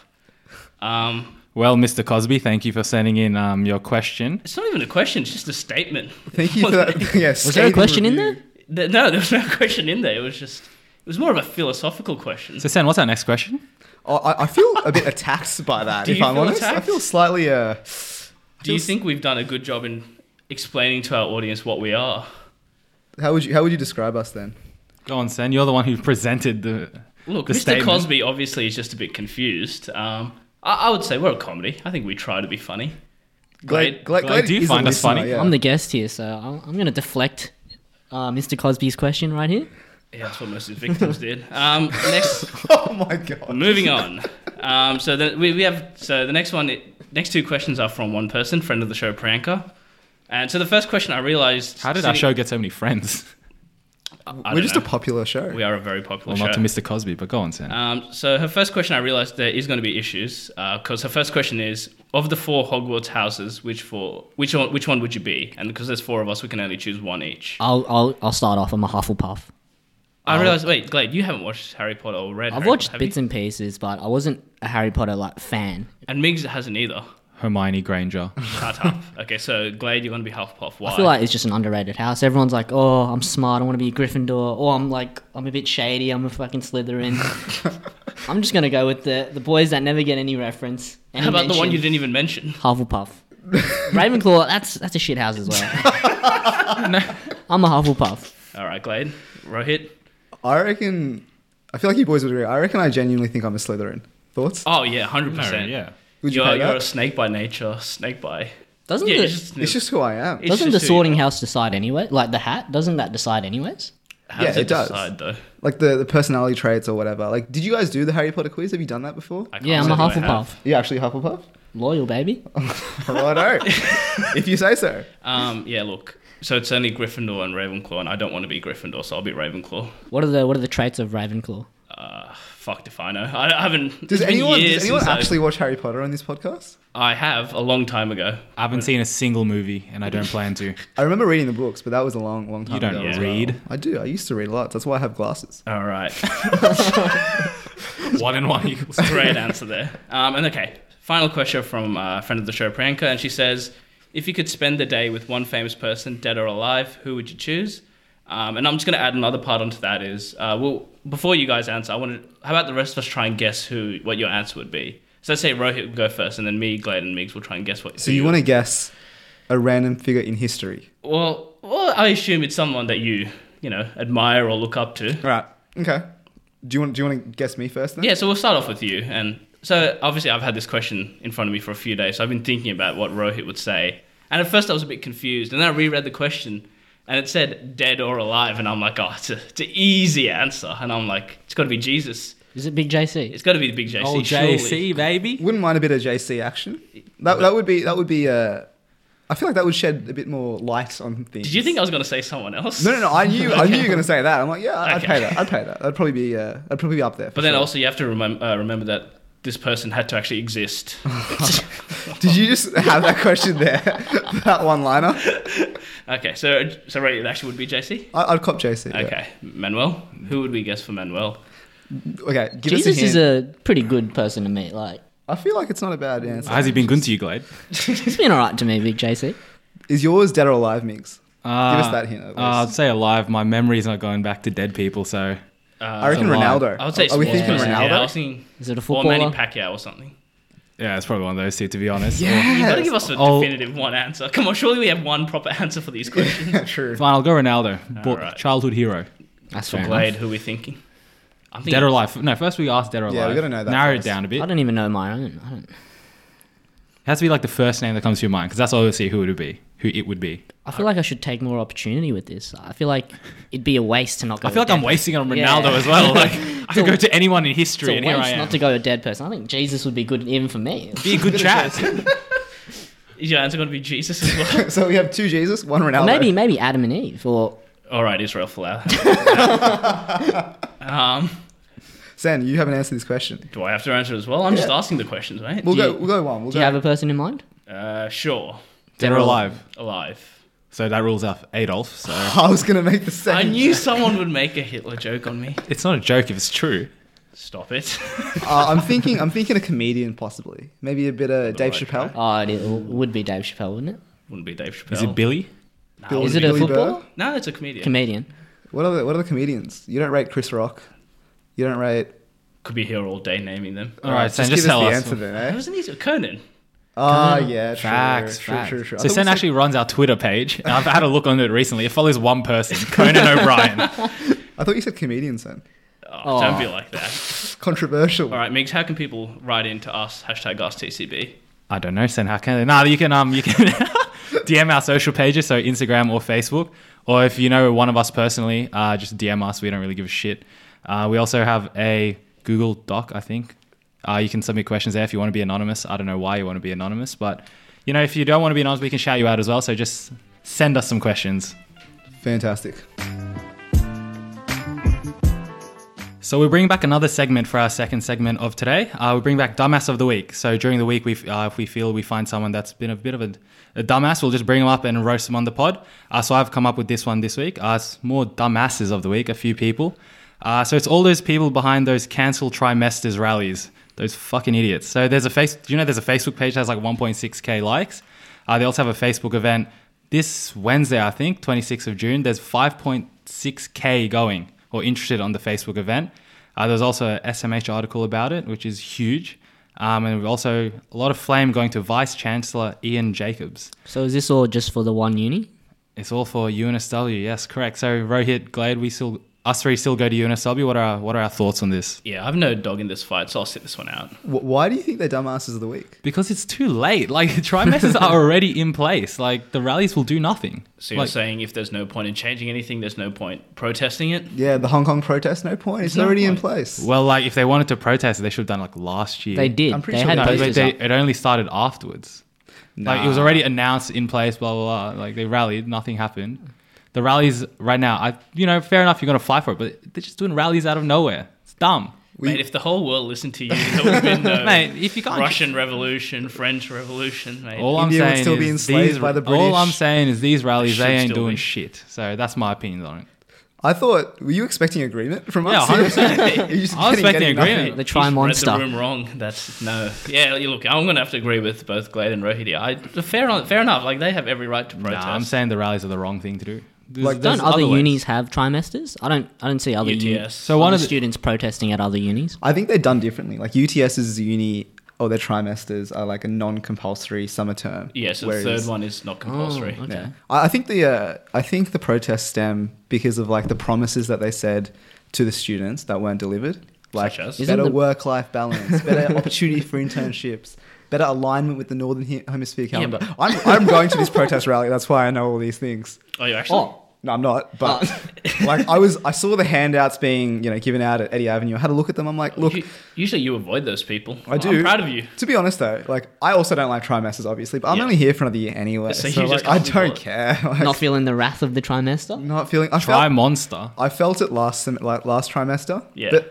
B: Um,
A: Well, Mr. Cosby, thank you for sending in um, your question.
B: it's not even a question; it's just a statement.
C: Thank you for that. Yeah,
D: Was there a question in there?
B: Th- No, there was no question in there. It was just, it was more of a philosophical question.
A: So, Sen, what's our next question?
C: Oh, I, I feel a bit attacked by that.
B: Do
C: if
B: you
C: I'm
B: feel
C: honest, I
B: attacked?
C: feel slightly. Uh,
B: Do you think we've done a good job in explaining to our audience what we are?
C: how would you How would you describe us then?
A: Go on, Sen. You're the one who presented the.
B: Look,
A: the
B: Mr.
A: statement.
B: Cosby obviously is just a bit confused. Um, I, I would say we're a comedy. I think we try to be funny. Glad-
C: glad,
A: glad you
C: is a
A: find us
C: listener,
A: funny.
C: yeah.
D: I'm the guest here, so I'm, I'm going to deflect uh, Mr. Cosby's question right here.
B: Yeah, that's what most of his victims did. Um, next,
C: oh my god.
B: moving on. Um, so the, we, we have so the next one. It, next two questions are from one person, friend of the show, Priyanka. And so the first question I realized.
A: How did our show get so many friends?
B: I
C: We're
B: don't
C: just
B: know.
C: a popular show.
B: We are a very popular
A: Well,
B: show.
A: not to Mr. Cosby, but go on, Sam.
B: Um, so her first question, I realized there is going to be issues because her first question is of the four Hogwarts houses, which four, which one, which one would you be? And because there's four of us, we can only choose one each.
D: I'll, I'll, I'll start off. I'm a Hufflepuff.
B: I realized. Wait, Glade, you haven't watched Harry Potter or read.
D: I've
B: Harry
D: watched
B: Potter, have
D: bits
B: you?
D: and pieces, but I wasn't a Harry Potter like fan.
B: and Migs hasn't either.
A: Hermione Granger.
B: Shut up. Okay, so Glade, you're going to be Hufflepuff. Why?
D: I feel like it's just an underrated house. Everyone's like, "Oh, I'm smart. I want to be a Gryffindor." Or I'm like, "I'm a bit shady. I'm a fucking Slytherin." I'm just gonna go with the the boys that never get any reference. any
B: How about the one
D: mention.
B: you didn't even mention?
D: Hufflepuff. Ravenclaw, that's that's a shit house as well. I'm a Hufflepuff.
B: All right, Glade, Rohit.
C: I reckon. I feel like you boys would agree. I reckon I genuinely think I'm a Slytherin. Thoughts?
B: Oh yeah, hundred percent.
A: yeah.
C: Would you
B: you're,
C: pay
B: you're
C: that?
B: a snake by nature. Snake by.
D: Doesn't
B: Yeah,
D: the,
B: it's just,
C: It's just who I am.
B: it's
D: doesn't
B: just
D: the
B: who you
D: sorting
B: are.
D: house decide anyway? Like the hat, doesn't that decide anyways?
B: How
C: Yeah,
B: does it,
C: it does.
B: decide though?
C: Like the, the personality traits or whatever. Like, did you guys do the Harry Potter quiz? Have you done that before?
B: I can't
D: Yeah, I'm
B: say
D: a
B: that I have.
D: Hufflepuff.
C: You actually Hufflepuff?
D: Loyal baby.
C: Righto. if you say so.
B: Um, yeah, look. So it's only Gryffindor and Ravenclaw, and I don't want to be Gryffindor, so I'll be Ravenclaw.
D: What are the what are the traits of Ravenclaw?
B: Uh, fucked if I know. I I haven't.
C: Does
B: it's been
C: anyone,
B: years
C: does anyone
B: since I-
C: actually watch Harry Potter on this podcast?
B: I have a long time ago.
A: I haven't seen a single movie, and I don't plan to.
C: I remember reading the books, but that was a long, long time
A: You
C: ago.
A: don't
B: Yeah.
C: as
A: read.
C: well. I do. I used to read a lot. That's why I have glasses.
B: All right,
A: One and one equals.
B: great answer there. Um, and okay, final question from uh, a friend of the show, Priyanka, and she says, if you could spend the day with one famous person, dead or alive, who would you choose? Um, and I'm just going to add another part onto that is, uh, well, before you guys answer, I want to. How about the rest of us try and guess who what your answer would be? So let's say Rohit will go first, and then me, Glade, and Migs will try and guess what.
C: So you want to guess a random figure in history?
B: Well, well, I assume it's someone that you, you know, admire or look up to.
C: Right. Okay. Do you want? Do you want to guess me first? Then?
B: Yeah, so we'll start off with you. And so obviously, I've had this question in front of me for a few days. So I've been thinking about what Rohit would say. And at first, I was a bit confused. And then I reread the question, and it said dead or alive. And I'm like, oh, it's, a, it's an easy answer. And I'm like, it's got to be Jesus.
D: Is it Big JC?
B: It's got to be the big JC.
A: Oh,
B: surely.
A: JC, baby.
C: Wouldn't mind a bit of JC action. That that would be that would be. Uh, I feel like that would shed a bit more light on things.
B: Did you think I was going to say someone else?
C: No, no, no. I knew. I knew you were going to say that. I'm like, yeah, I'd
B: Okay.
C: pay that. I'd pay that. I'd probably be. Uh, I'd probably be up there. for
B: But then
C: sure.
B: also, you have to remem- uh, remember that this person had to actually exist.
C: did you just have that question there? that one liner.
B: okay, so so right, it actually would be JC.
C: I, I'd cop JC. yeah.
B: Okay, Manuel. Who would we guess for Manuel?
C: Okay. Give us a
D: Jesus
C: hint.
D: is a pretty good person to me. Like
C: I feel like it's not a bad answer.
A: Has he been good to you, Glade?
D: he's been alright to me, Big JC.
C: Is yours dead or alive, Migs?
A: Uh,
C: Give us that hint, at least.
A: uh, I'd say alive. My memory's not going back to dead people, so
B: Uh,
C: I reckon
A: alive.
C: Ronaldo.
B: I would say.
C: Are we
B: sports
C: thinking
B: person.
C: Ronaldo?
B: Yeah, I was thinking,
D: Is it a
B: or Manny
D: footballer?
B: Pacquiao or something.
A: yeah, it's probably one of those two, to be honest.
C: Yeah.
B: You gotta give us a
A: Oh.
B: definitive one answer. Come on, surely we have one proper answer for these questions.
C: True.
A: Fine, I'll go Ronaldo. Bo-
B: right.
A: Childhood hero.
D: That's
B: For
D: fair
B: Glade,
D: enough.
B: who are we thinking? I'm thinking
A: Dead or alive. No, first we asked dead or alive.
C: Yeah, we gotta know that
A: Narrow
C: first.
A: it down a bit.
D: I
A: It
D: don't even know my own. I don't.
A: has to be like the first name that comes to your mind, because that's obviously who it would be. Who it would be.
D: I feel like I should take more opportunity with this. I feel like it'd be a waste to not go.
A: I feel
D: with
A: like I'm
D: dead-
A: wasting on
D: Yeah.
A: Ronaldo as well. Like I could go to anyone in
D: It's
A: history,
D: a
A: and here I
D: waste
A: am.
D: not to go with a dead person. I think Jesus would be good even for me.
A: be a good chat.
B: Is your answer gonna be Jesus as well?
C: so we have two Jesus, one Ronaldo.
D: Or maybe maybe Adam and Eve or
B: All right, Israel Flower. um,
C: Sen, you haven't answered this question.
B: do I have to answer as well? I'm just asking the questions, mate.
C: We'll
D: Do
C: go.
D: you-
C: We'll go one. We'll
D: Do
C: go.
D: you have a person in mind?
B: Uh, sure,
A: dead or alive.
B: alive.
A: So that rules out Adolf. So
C: I was gonna make the same.
B: I knew someone would make a Hitler joke on me.
A: it's not a joke if it's true.
B: Stop it.
C: Uh, I'm thinking. I'm thinking a comedian possibly. Maybe a bit of Dave
B: right
C: Chappelle.
D: Oh, it it would be Dave Chappelle, wouldn't it?
B: Wouldn't be Dave Chappelle.
A: Is it Billy?
B: Nah,
C: Bill-
D: Is
B: wouldn't
D: it
B: be-
D: a
C: Billy Burr?
D: footballer?
B: No, it's a comedian.
D: Comedian.
C: What are the What are the comedians? You don't rate Chris Rock. You don't rate.
B: Could be here all day naming them.
A: All right, Sen,
C: just,
A: just
C: give us
A: tell
C: the
A: us.
C: answer then. Eh?
B: Wasn't he Conan?
C: Oh yeah, true,
A: Facts,
C: true,
A: facts.
C: true, true. I
A: So
C: thought
A: Sen
C: we said-
A: actually runs our Twitter page. and I've had a look on it recently. It follows one person, Conan O'Brien.
C: I thought you said comedian, Sen.
B: Oh,
D: Oh.
B: Don't be like that.
C: Controversial.
B: All right, Migs, how can people write in to us? Hashtag AskTCB.
A: I don't know, Sen. How can they? Nah, you can um, you can DM our social pages, so Instagram or Facebook, or if you know one of us personally, uh, just DM us. We don't really give a shit. Uh, we also have a Google Doc, I think. Uh, you can submit questions there if you want to be anonymous. I don't know why you want to be anonymous, but you know, if you don't want to be anonymous, we can shout you out as well. So just send us some questions.
C: Fantastic.
A: So we bring back another segment for our second segment of today. Uh, we bring back dumbass of the week. So during the week, we uh, if we feel we find someone that's been a bit of a, a dumbass, we'll just bring them up and roast them on the pod. Uh, so I've come up with this one this week. Uh, it's more dumbasses of the week. A few people. Uh, so it's all those people behind those cancel trimesters rallies. Those fucking idiots. So there's a face. Do you know there's a Facebook page that has like 1.6k likes. Uh, they also have a Facebook event this Wednesday, I think, 26th of June. There's 5.6k going or interested on the Facebook event. Uh, there's also a SMH article about it, which is huge. Um, and also a lot of flame going to Vice Chancellor Ian Jacobs.
D: So is this all just for the one uni?
A: It's all for UNSW. Yes, correct. So Rohit, Glad, we still us three still go to UNSW. What are our, what are our thoughts on this?
B: Yeah, I've no dog in this fight, so I'll sit this one out.
C: Wh- Why do you think they're dumbasses of the week?
A: Because it's too late. Like trimesters are already in place. Like the rallies will do nothing.
B: So you're
A: Like,
B: saying if there's no point in changing anything, there's no point protesting it?
C: Yeah, the Hong Kong protest, no point. It's
B: no
C: already in
B: point.
C: place.
A: well, like if they wanted to protest, they should have done like last year.
D: They did.
C: I'm pretty
D: they
C: sure
D: had
C: they
A: No,
C: did.
A: but
D: posters
A: they,
D: up.
A: it only started afterwards. Like it was already announced in place, blah blah blah. Like they rallied, nothing happened. The rallies right now, I you know, fair enough, you're gonna fight for it, but they're just doing rallies out of nowhere. It's dumb,
B: Mate, if the whole world listened to you, there would have been no
A: mate. If you can't,
B: Russian Revolution, French Revolution, mate.
A: all
C: India
A: I'm
C: would
A: saying
C: still be
A: is
C: enslaved
A: these,
C: by the
A: all
C: British.
A: I'm saying is these rallies,
B: Should
A: they ain't
B: still
A: doing
B: be.
A: shit. So that's my opinion on it.
C: I thought, were you expecting agreement from
A: Yeah,
C: us?
A: 100%.
C: You're just
A: I was expecting
C: nothing.
A: agreement.
D: The
B: He's
D: Try Monster.
B: Read the room wrong. That's no. Yeah, you look, I'm going to have to agree with both Glade and Rohidi. I fair, on- fair enough. Like they have every right to protest.
A: Nah, I'm saying the rallies are the wrong thing to do. There's-
C: Like,
A: there's
D: Don't other
A: ways.
D: unis have trimesters? I don't. I don't see other
B: UTS.
D: uni-
B: So
A: one
D: other
A: of the-
D: students protesting at other unis.
C: I think they're done differently. Like UTS is uni or their trimesters are like a non-compulsory summer term.
B: yeah, so the
C: whereas-
B: third one is not compulsory.
D: okay.
C: Yeah. I I think the uh, I think the protests stem because of like the promises that they said to the students that weren't delivered, like
B: Such as?
D: Isn't
C: better
D: the-
C: work-life balance, better opportunity for internships, better alignment with the northern He- hemisphere calendar.
B: but-
C: I'm I'm going to this protest rally. That's why I know all these things.
B: Oh, you actually?
D: Oh,
C: No, I'm not. But
B: Uh.
C: like I was, I saw the handouts being you know given out at Eddie Avenue. I had a look at them. I'm like, look,
B: You- usually you avoid those people.
C: I do.
B: I'm proud of you.
C: To be honest, though, like I also don't like trimesters, obviously, but I'm
B: Yeah.
C: only here for another year anyway.
B: So
C: So,
B: you just
C: like, I
B: can't be
C: don't
B: bothered.
C: care. Like,
D: not feeling the wrath of the trimester.
C: not feeling. I
A: Try
C: felt,
A: monster.
C: I felt it last sem- like last trimester.
B: Yeah.
C: But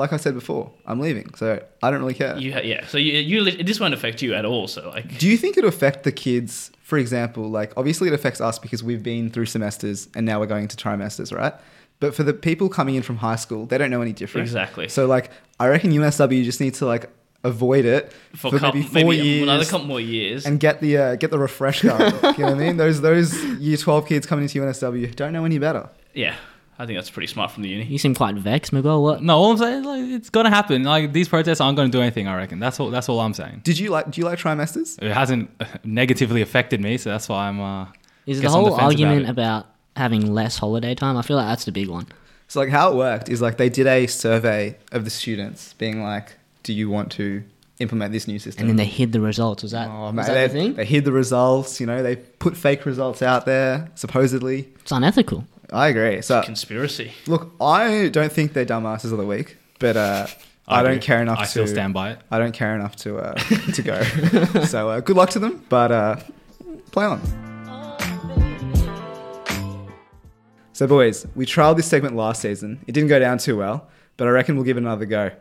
C: like I said before, I'm leaving, so I don't really care.
B: You ha- yeah. So you, you li- this won't affect you at all. So like
C: Do you think it'll affect the kids? For example, like obviously it affects us because we've been through semesters and now we're going to trimesters, right? But for the people coming in from high school, they don't know any different.
B: Exactly.
C: So like, I reckon USW just needs to like avoid it
B: for,
C: for,
B: a couple,
C: maybe four years.
B: another couple more years.
C: and get the uh, get the refresher. you know what I mean? Those those year twelve kids coming into UNSW don't know any better.
B: yeah, I think that's pretty smart from the uni.
D: You seem quite vexed, Miguel. What?
A: No, all I'm saying is like it's gonna happen. Like these protests aren't gonna do anything. I reckon. That's all. That's all I'm saying.
C: Did you like do you like trimesters?
A: It hasn't uh, negatively affected me, so that's why I'm. Uh,
D: Is the
A: guess on
D: whole
A: fence
D: argument
A: about it.
D: about, having less holiday time? I feel like that's the big one.
C: So like how it worked is like they did a survey of the students, being like, "Do you want to implement this new system?"
D: And then they hid the results. Was that,
C: Oh,
D: was
C: mate,
D: that the
C: they,
D: thing?
C: they hid the results. You know, they put fake results out there supposedly.
D: it's unethical.
C: I agree. So
B: Conspiracy.
C: look, I don't think they're dumbasses of the week, but uh, I,
A: agree.
C: don't care enough.
A: I
C: to,
A: still stand by it.
C: I don't care enough to uh, to go. so uh, good luck to them, but uh, play on. So boys, we trialed this segment last season. It didn't go down too well, but I reckon we'll give it another go.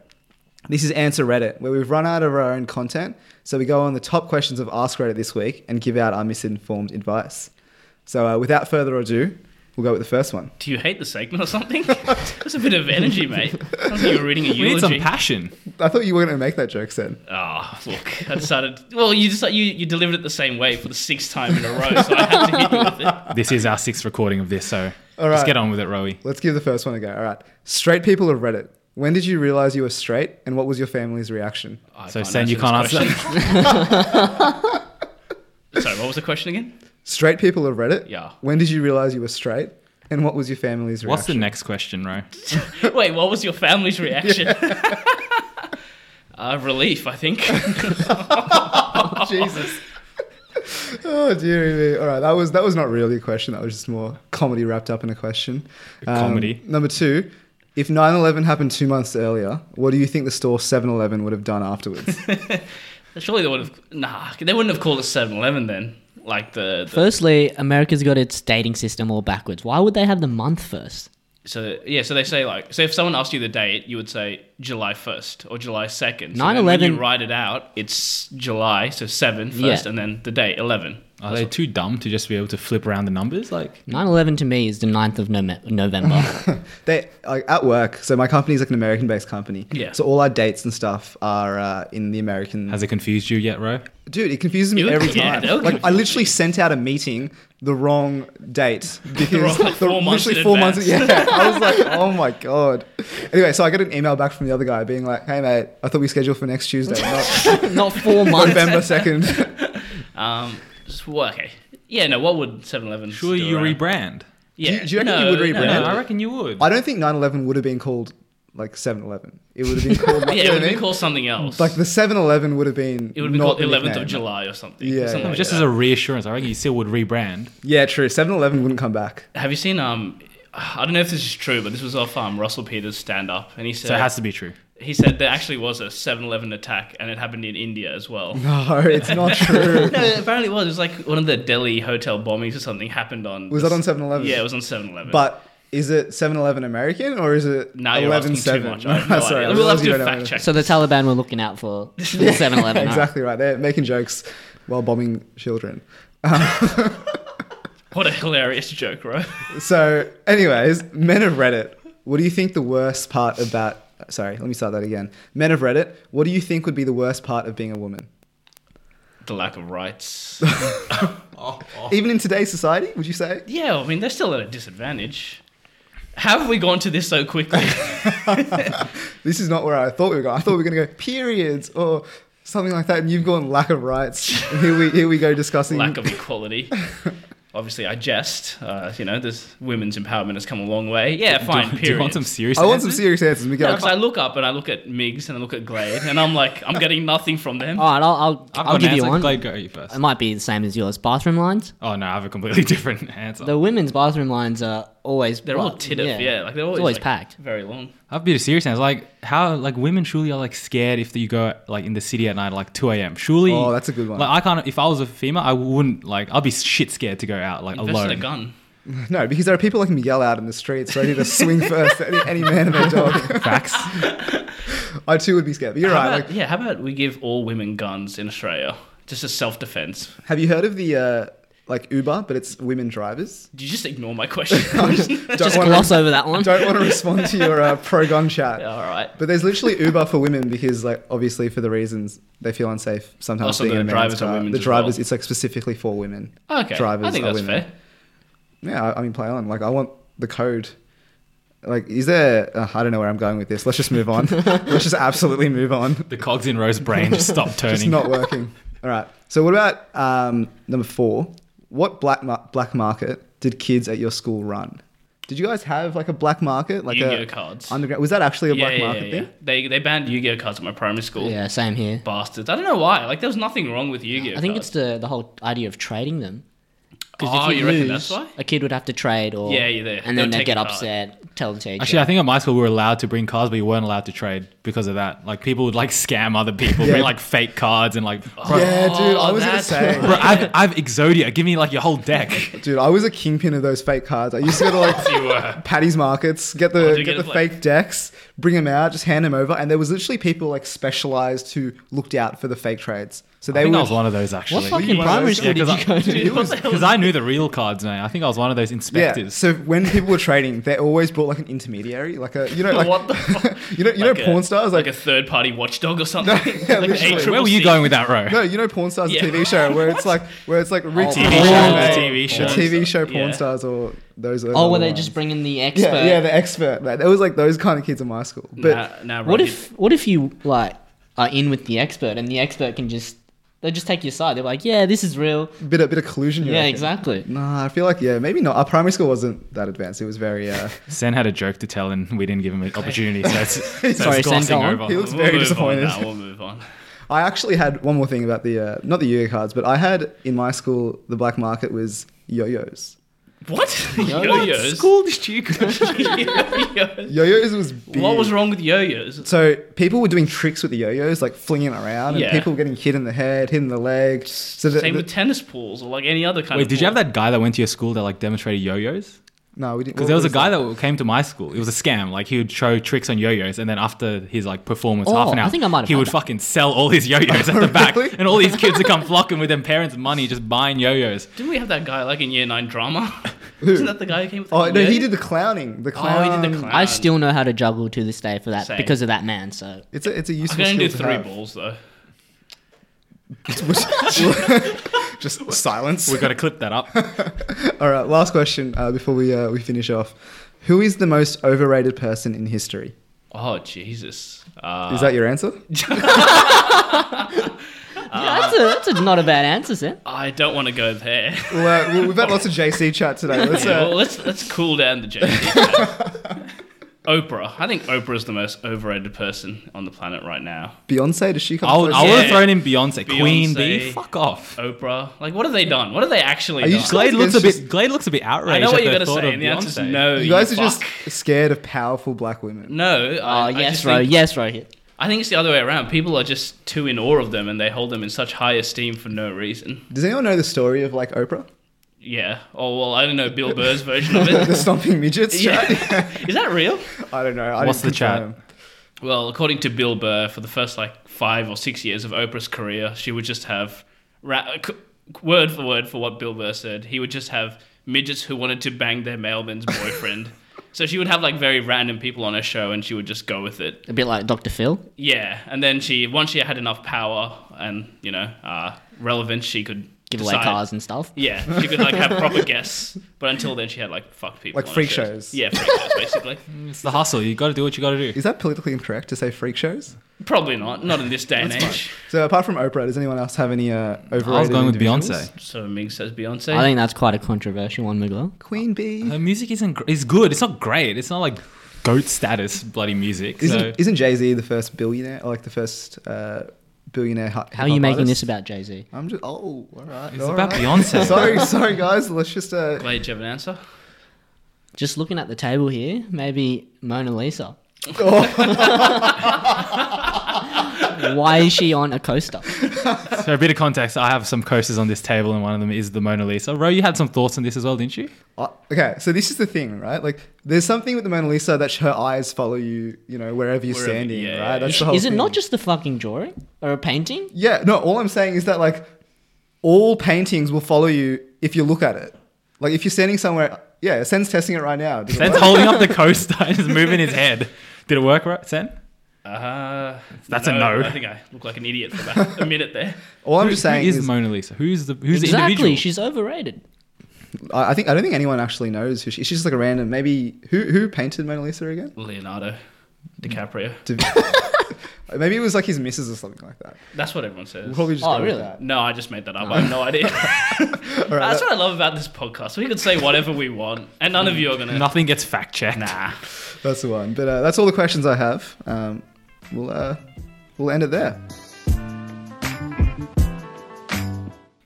C: This is Answer Reddit, where we've run out of our own content, so we go on the top questions of Ask Reddit this week and give out our misinformed advice. So uh, without further ado, we'll go with the first one.
B: Do you hate the segment or something? That's a bit of energy, mate. Sounds like you were reading a
A: We need some
B: eulogy.
A: passion.
C: I thought you were going to make that joke, Sen.
B: Ah, look, I decided. Well, you just you you delivered it the same way for the sixth time in a row, so I had to hit you with it.
A: This is our sixth recording of this, so
C: All
A: let's
C: right.
A: get on with it, Rowie.
C: Let's give the first one a go. All right. Straight people of Reddit. When did you realize you were straight and what was your family's reaction?
B: I
A: So, Sen, you
B: this
A: can't answer.
B: question. Sorry, what was the question again?
C: Straight people of Reddit.
B: Yeah.
C: When did you realize you were straight and what was your family's
A: What's the
C: reaction?
A: next question, Ro?
B: Wait, what was your family's reaction? uh, relief, I think.
C: What's the next? Jesus. oh, dearie me. All right. That was, that was not really a question. That was just more comedy wrapped up in a question. Um,
A: Comedy.
C: Number two. If 9 11 happened two months earlier, what do you think the store 7 Eleven would have done afterwards?
B: Surely they would have. Nah, they wouldn't have called it 7 Eleven then. Like the. the
D: Firstly, America's got its dating system all backwards. Why would they have the month first?
B: so, yeah, so they say, like, so if someone asked you the date, you would say July 1st or July 2nd. So then
D: 9/11
B: When you write it out, it's July, so 7 first,
D: Yeah.
B: and then the date, 11.
A: Are they too dumb to just be able to flip around the numbers? Like,
D: 9 11 to me is the 9th of Nome- November.
C: they like at work. So my company is like an American-based company.
B: Yeah.
C: So all our dates and stuff are uh, in the American.
A: has it confused you yet, Ro?
C: Dude, it confuses me
B: It would-
C: every
B: yeah,
C: time.
B: that would
C: like I literally sent out a meeting the wrong date because
B: wrong- like, four months
C: literally
B: in
C: four
B: advance.
C: months. Yeah, I was like, oh my god. Anyway, so I got an email back from the other guy being like, hey mate, I thought we scheduled for next Tuesday, not
D: Not four months.
C: November second.
B: Um, just, well, okay. Yeah, no, what would 7 Eleven
A: Sure, you rebrand.
B: Yeah.
C: Do you- do you reckon you would
B: no,
C: rebrand?
A: Yeah,
B: no.
C: Yeah.
A: I reckon you would.
C: I don't think 9/11 would have been called like 7/11. It would have been called
B: Yeah,
C: you
B: it
C: know
B: would
C: what I
B: be
C: mean?
B: called something else.
C: like the 7/11 would have been
B: it would be
C: not
B: called
C: the
B: 11th of
C: nickname.
B: July or something.
C: Yeah,
B: something
C: yeah,
B: like
A: just
B: that.
A: as a reassurance, I reckon you still would rebrand.
C: Yeah, true. 7/11 wouldn't come back.
B: Have you seen um? I don't know if this is true, but this was off um, Russell Peters' stand up, and he said
A: So it has to be true.
B: he said there actually was a 7-Eleven attack, and it happened in India as well. no,
C: No, it's not true.
B: apparently it was. It was like one of the Delhi hotel bombings or something happened on.
C: Was that on 7/11?
B: Yeah, it was on 7-Eleven.
C: But is it 7-Eleven American or is it
B: now you're asking
C: 11-7?
B: too much. I have no
C: Sorry,
B: idea.
C: I
B: We'll
C: realize
B: have
C: you
B: to
C: don't know
B: fact check.
D: so the Taliban were looking out for 7
C: what it
D: 11.
C: is. exactly right. They're making jokes while bombing children. Um,
B: what a hilarious joke, bro.
C: So, anyways, men of Reddit. What do you think the worst part about? Sorry, let me start that again. Men of Reddit. What do you think would be the worst part of being a woman?
B: the lack of rights. Oh,
C: Even in today's society, would you say?
B: yeah, I mean they're still at a disadvantage. How have we gone to this so quickly?
C: This is not where I thought we were going. I thought we were going to go periods or something like that, and you've gone lack of rights. And here we here we go discussing
B: lack of equality. Obviously, I jest. Uh, you know, this women's empowerment has come a long way. Yeah, fine.
A: do,
B: Period.
A: do you want some serious?
C: I want some
A: answers?
C: serious answers, Miguel.
B: Because I look up and I look at Migs and I look at Glade and I'm like, I'm getting nothing from them.
D: All right, I'll, I'll,
A: I've
D: I'll
A: got an
D: give you
A: answer.
D: one. Um,
A: Glad go you first.
D: It might be the same as yours. Bathroom lines.
A: Oh no, I have a completely different answer.
D: The women's bathroom lines are always
B: They're all titter. Yeah. like they're always,
D: always
B: like,
D: packed.
B: Very long.
A: I have a bit of serious answer. Like how like women surely are like scared if you go like in the city at night at, like two a.m. Surely.
C: Oh, that's a good one.
A: Like I can't. If I was a female, I wouldn't like. I'd be shit scared to go out like
B: Invest in
A: alone.
B: a gun.
C: No, because there are people like Miguel out in the streets ready to swing first at any, any man and their dog.
A: Facts.
C: I too would be scared. But you're
B: How
C: right.
B: about-
C: like,
B: yeah, how about we give all women guns in Australia? Just as self defense.
C: have you heard of the uh, like Uber, but it's women drivers?
B: Did you just ignore my question?
C: Don't
D: Just
C: wanna-
D: gloss over that one.
C: don't want to respond to your uh, pro gun chat.
B: all right.
C: But there's literally Uber for women because, like, obviously for the reasons they feel unsafe sometimes.
B: Also,
C: being
B: the
C: in a man's
B: drivers are
C: car.
B: women
C: The
B: as
C: drivers,
B: well.
C: it's like specifically for women.
B: Okay.
C: drivers
B: I think
C: are
B: that's
C: women.
B: fair.
C: Yeah, I, I mean, play on. Like, I want the code. Like, is there? Uh, I don't know where I'm going with this. Let's just move on. Let's just absolutely move on.
A: The cogs in Rose's brain just stopped turning.
C: It's not working. All right. So what about um, number four? What black mar- black market did kids at your school run? Did you guys have like a black market, like
B: Yu-Gi-Oh
C: a
B: cards.
C: underground? Was that actually a
B: yeah,
C: black
B: yeah,
C: market
B: yeah,
C: thing?
B: yeah. They, they banned Yu Gi Oh cards at my primary school.
D: Yeah, same here.
B: Bastards. I don't know why. Like, there was nothing wrong with Yu Gi Oh
D: I think it's the the whole idea of trading them. 'Cause
B: Oh, you reckon that's why?
D: A kid would have to trade, or
B: Yeah, yeah, they- they'll
D: and then they'd
B: take
D: get
B: a card.
D: upset, tell them to each
A: Actually, I think at my school we were allowed to bring cards, but we weren't allowed to trade because of that. Like people would like scam other people,
C: Yeah.
A: bring like fake cards and like. Bro,
C: Yeah, dude. I
B: Oh,
C: was gonna
B: that's
C: say,
A: bro, I've, I've Exodia. Give me like your whole deck.
C: dude. I was a kingpin of those fake cards. I used to go to like
B: You were.
C: Paddy's markets, get
B: Oh,
C: the
B: do you
C: get
B: get
C: the
B: it, like-
C: fake decks, bring them out, just hand them over. And there was literally people like specialized who looked out for the fake trades.
A: I
C: So they
A: think I
C: were
A: was one of those
D: What
A: actually.
D: fucking
C: Yeah,
D: primary
C: 'cause
D: school did
A: I-
D: you go to?
B: Dude, what the hell
A: Because I knew the real cards, man. I think I was one of those
C: Yeah.
A: inspectors.
C: So when people were trading, they always brought like an intermediary, like a you know like
B: What the fuck?
C: you know you
B: Like
C: know
B: a-
C: porn stars
B: like,
C: like,
B: a third party watchdog or something.
C: yeah,
B: like an
C: literally.
B: ACCC.
A: Where were you going with that, Ro?
C: no you know porn stars
B: Yeah.
C: the TV show where it's like where it's like
D: Oh,
C: rigged
A: TV
C: porn,
A: show,
C: eh?
A: the TV show.
C: the TV show porn
B: Yeah.
C: stars or those are
D: Oh,
C: the
D: were they
C: ones.
D: just bringing the expert?
C: yeah yeah the expert like there was like those kind of kids in my school but
B: nah, nah,
D: what
B: Rohit.
D: if what if you like are in with the expert and the expert can just they just take your side? They're like, yeah, this is real.
C: bit a bit of collusion you
D: Yeah,
C: reckon?
D: exactly.
C: Nah, I feel like yeah, maybe not. Our primary school wasn't that advanced. It was very. Uh,
A: Sen had a joke to tell, and we didn't give him an opportunity. So it's, so it's
D: Sorry, Sen,
A: glossing
D: go on.
A: over.
C: He looks
B: We'll
C: very
B: move on
C: disappointed.
B: now, we'll move on.
C: I actually had one more thing about the uh, not the yo cards, but I had in my school the black market was yo-yos.
B: What? Yo-yos.
A: School did you go?
B: Yo-yos.
C: Yo-yos was big.
B: What was wrong with yo-yos?
C: So people were doing tricks with the yo-yos, like flinging it around,
B: Yeah.
C: and people were getting hit in the head, hit in the leg. So the,
B: Same
C: the-
B: with tennis pools or like any other kind
A: Wait,
B: of
A: did you have
B: pool.
A: that guy that went to your school that like demonstrated yo-yos?
C: no, we didn't.
A: Because there was a guy that? came to my school. It was a scam. Like he would show tricks on yo-yos, and then after his like performance,
D: Oh,
A: half an
D: I
A: hour,
D: think I might have
A: he
D: had
A: would
D: that.
A: fucking sell all his yo-yos at the back,
C: Really?
A: and all these kids would come flocking with their parents' money, just buying yo-yos.
B: Didn't we have that guy like in year nine drama?
C: Who?
B: Isn't that the guy who came? With
C: Oh no,
B: yo-yo?
C: he did the clowning. The
B: Oh,
C: clown.
B: he did the clown.
D: I still know how to juggle to this day for that
B: Same.
D: because of that man. So
C: It's a it's a
B: I
C: useful
B: can
C: skill
B: only do
C: to
B: three
C: have.
B: balls though.
C: Just silence.
A: We've got to clip that up.
C: All right, last question uh, before we uh, we finish off. Who is the most overrated person in history?
B: Oh Jesus! Uh,
C: Is that your answer?
B: Ah.
D: yeah, that's, a, that's a not a bad answer, Sam.
B: I don't want to go there.
C: Well, uh, we- we've had lots of JC chat today. Let's,
B: Yeah, well,
C: uh,
B: let's let's cool down the joke. Oprah. I think Oprah is the most overrated person on the planet right now.
C: Beyonce, does she come?
A: I would, I
C: close?
A: would
B: Yeah.
A: have thrown in Beyonce, Queen
B: Beyonce.
A: B. Fuck off.
B: Oprah. Like, what have they done? What have they actually
C: Are you
B: done?
C: just-
A: Glade looks a
C: It's
A: bit.
C: just-
A: Glade looks a bit outraged.
B: I know what
A: at
B: you're
A: the
B: gonna
A: thought
B: say,
A: of
B: and the answer is
A: Beyonce.
B: no.
C: You guys are
B: fuck.
C: just scared of powerful black women.
B: no.
D: Oh,
B: I, I
D: yes,
B: just
D: bro.
B: think-
D: yes, Rohit.
B: I think it's the other way around. People are just too in awe of them, and they hold them in such high esteem for no reason.
C: Does anyone know the story of like Oprah,
B: Yeah. Oh well, I don't know Bill Burr's version of it.
C: the stomping midgets? chat?
B: Yeah. Is that real?
C: I don't know. I
A: What's
C: didn't
A: the chat?
C: confirm.
B: Well, according to Bill Burr, for the first like five or six years of Oprah's career, she would just have ra- c- word for word for what Bill Burr said. He would just have midgets who wanted to bang their mailman's boyfriend. so she would have like very random people on her show, and she would just go with it.
D: A bit like Dr. Phil.
B: Yeah, and then she once she had enough power and you know uh, relevance, she could
D: Give away
B: decide-
D: cars and stuff.
B: Yeah, she could like have proper guests, but until then she had like fuck people,
C: Like
B: on her
C: freak shows.
B: Yeah, freak shows basically.
A: It's the hustle. You got to do what you got to do.
C: Is that politically incorrect to say freak shows?
B: Probably not, not in this day and age.
C: So apart from Oprah, does anyone else have any uh, overrated?
A: I was going with
C: individuals?
A: Beyonce.
B: So Mig says Beyonce.
D: I think that's quite a controversial one, Miguel.
C: Queen Bee.
A: Her music isn't. gr- It's good. It's not great. It's not like goat status bloody music.
C: Isn't
A: so.
C: isn't Jay Z the first billionaire, or like the first uh, billionaire? hi-
D: How are you
C: hip-hop
D: making this
C: artist?
D: about Jay Z?
C: I'm just. Oh, all right.
A: It's
C: all
A: about
C: right.
A: Beyonce.
C: sorry, sorry, guys. Let's just. Uh,
B: Glad you have an answer.
D: Just looking at the table here, maybe Mona Lisa. Why is she on a coaster?
A: So a bit of context, I have some coasters on this table, and one of them is the Mona Lisa. Ro, you had some thoughts on this as well, didn't you?
C: Uh, okay, so this is the thing, right? Like, there's something with the Mona Lisa that her eyes follow you, you know, wherever you're
B: Wherever-
C: standing,
B: yeah,
C: right?
B: yeah,
C: That's
B: yeah.
C: the whole
D: Is it
C: thing.
D: not just the fucking drawing or a painting?
C: Yeah, no. All I'm saying is that like, all paintings will follow you if you look at it. Like, if you're standing somewhere, yeah. Sen's testing it right now. Did it
A: Sen's
C: work?
A: holding up the coaster and just moving his head. Did it work, right, Sen?
B: Uh,
A: That's a no.
B: I think I look like an idiot for about a minute there.
C: All I'm
A: Who-
C: just saying
A: who is,
C: is,
A: the Mona Lisa? Who's the who's the
D: exactly.
A: individual?
D: She's overrated.
C: I I think I don't think anyone actually knows who she. She's just like a random. Maybe who who painted Mona Lisa again?
B: Leonardo DiCaprio.
C: Maybe it was like his missus or something like that.
B: That's what everyone says.
C: We'll probably just
D: Oh,
C: go
D: really?
C: with that.
B: no, I just made that up. I have no idea.
C: All right,
B: That's
C: that-
B: what I love about this podcast. We can say whatever we want, and none of you are gonna.
A: Nothing gets fact checked.
B: Nah.
C: that's the one. But uh, that's all the questions I have. Um, we'll uh, we'll end it there.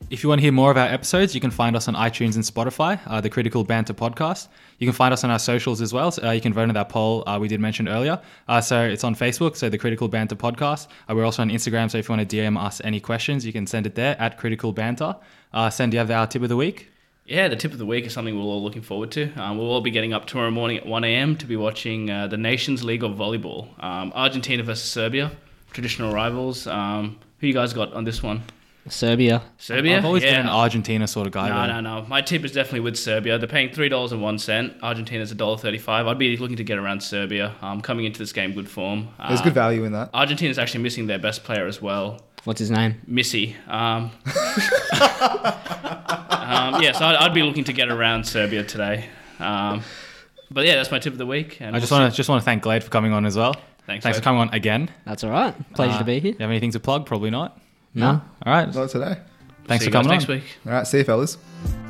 A: If you want to hear more of our episodes, you can find us on iTunes and Spotify, uh, the Critical Banter podcast. You can find us on our socials as well. So, uh, you can vote in that poll uh, we did mention earlier. Uh, so it's on Facebook, so the Critical Banter podcast. Uh, we're also on Instagram, so if you want to DM us any questions, you can send it there at Critical Banter. Uh, Sen, do you have our tip of the week?
B: Yeah, the tip of the week is something we're all looking forward to. Um, we'll all be getting up tomorrow morning at 1 a.m. to be watching uh, the Nations League of Volleyball, um, Argentina versus Serbia, traditional rivals. Um, who you guys got on this one?
D: Serbia.
B: Serbia.
A: I've always
B: yeah.
A: been an Argentina sort of guy.
B: No,
A: though.
B: no, no. My tip is definitely with Serbia. They're paying three dollars and one cent. Argentina's a dollar thirty-five. I'd be looking to get around Serbia. Um, coming into this game, good form. Uh,
C: There's good value in that.
B: Argentina's actually missing their best player as well,
D: What's his name?
B: Missy. Um, um, yeah, so I'd, I'd be looking to get around Serbia today. Um, but yeah, that's my tip of the week. And
A: I just want to just want to thank Glade for coming on as well.
B: Thanks,
A: Thanks for
B: Glade.
A: coming on again.
D: That's all right. Pleasure
A: Uh,
D: to be here.
A: You have anything to plug? Probably not.
D: No.
A: All right.
C: Not today.
A: Thanks for
B: see you guys
A: coming on.
B: next week.
C: All right, see you, fellas.
B: Bye.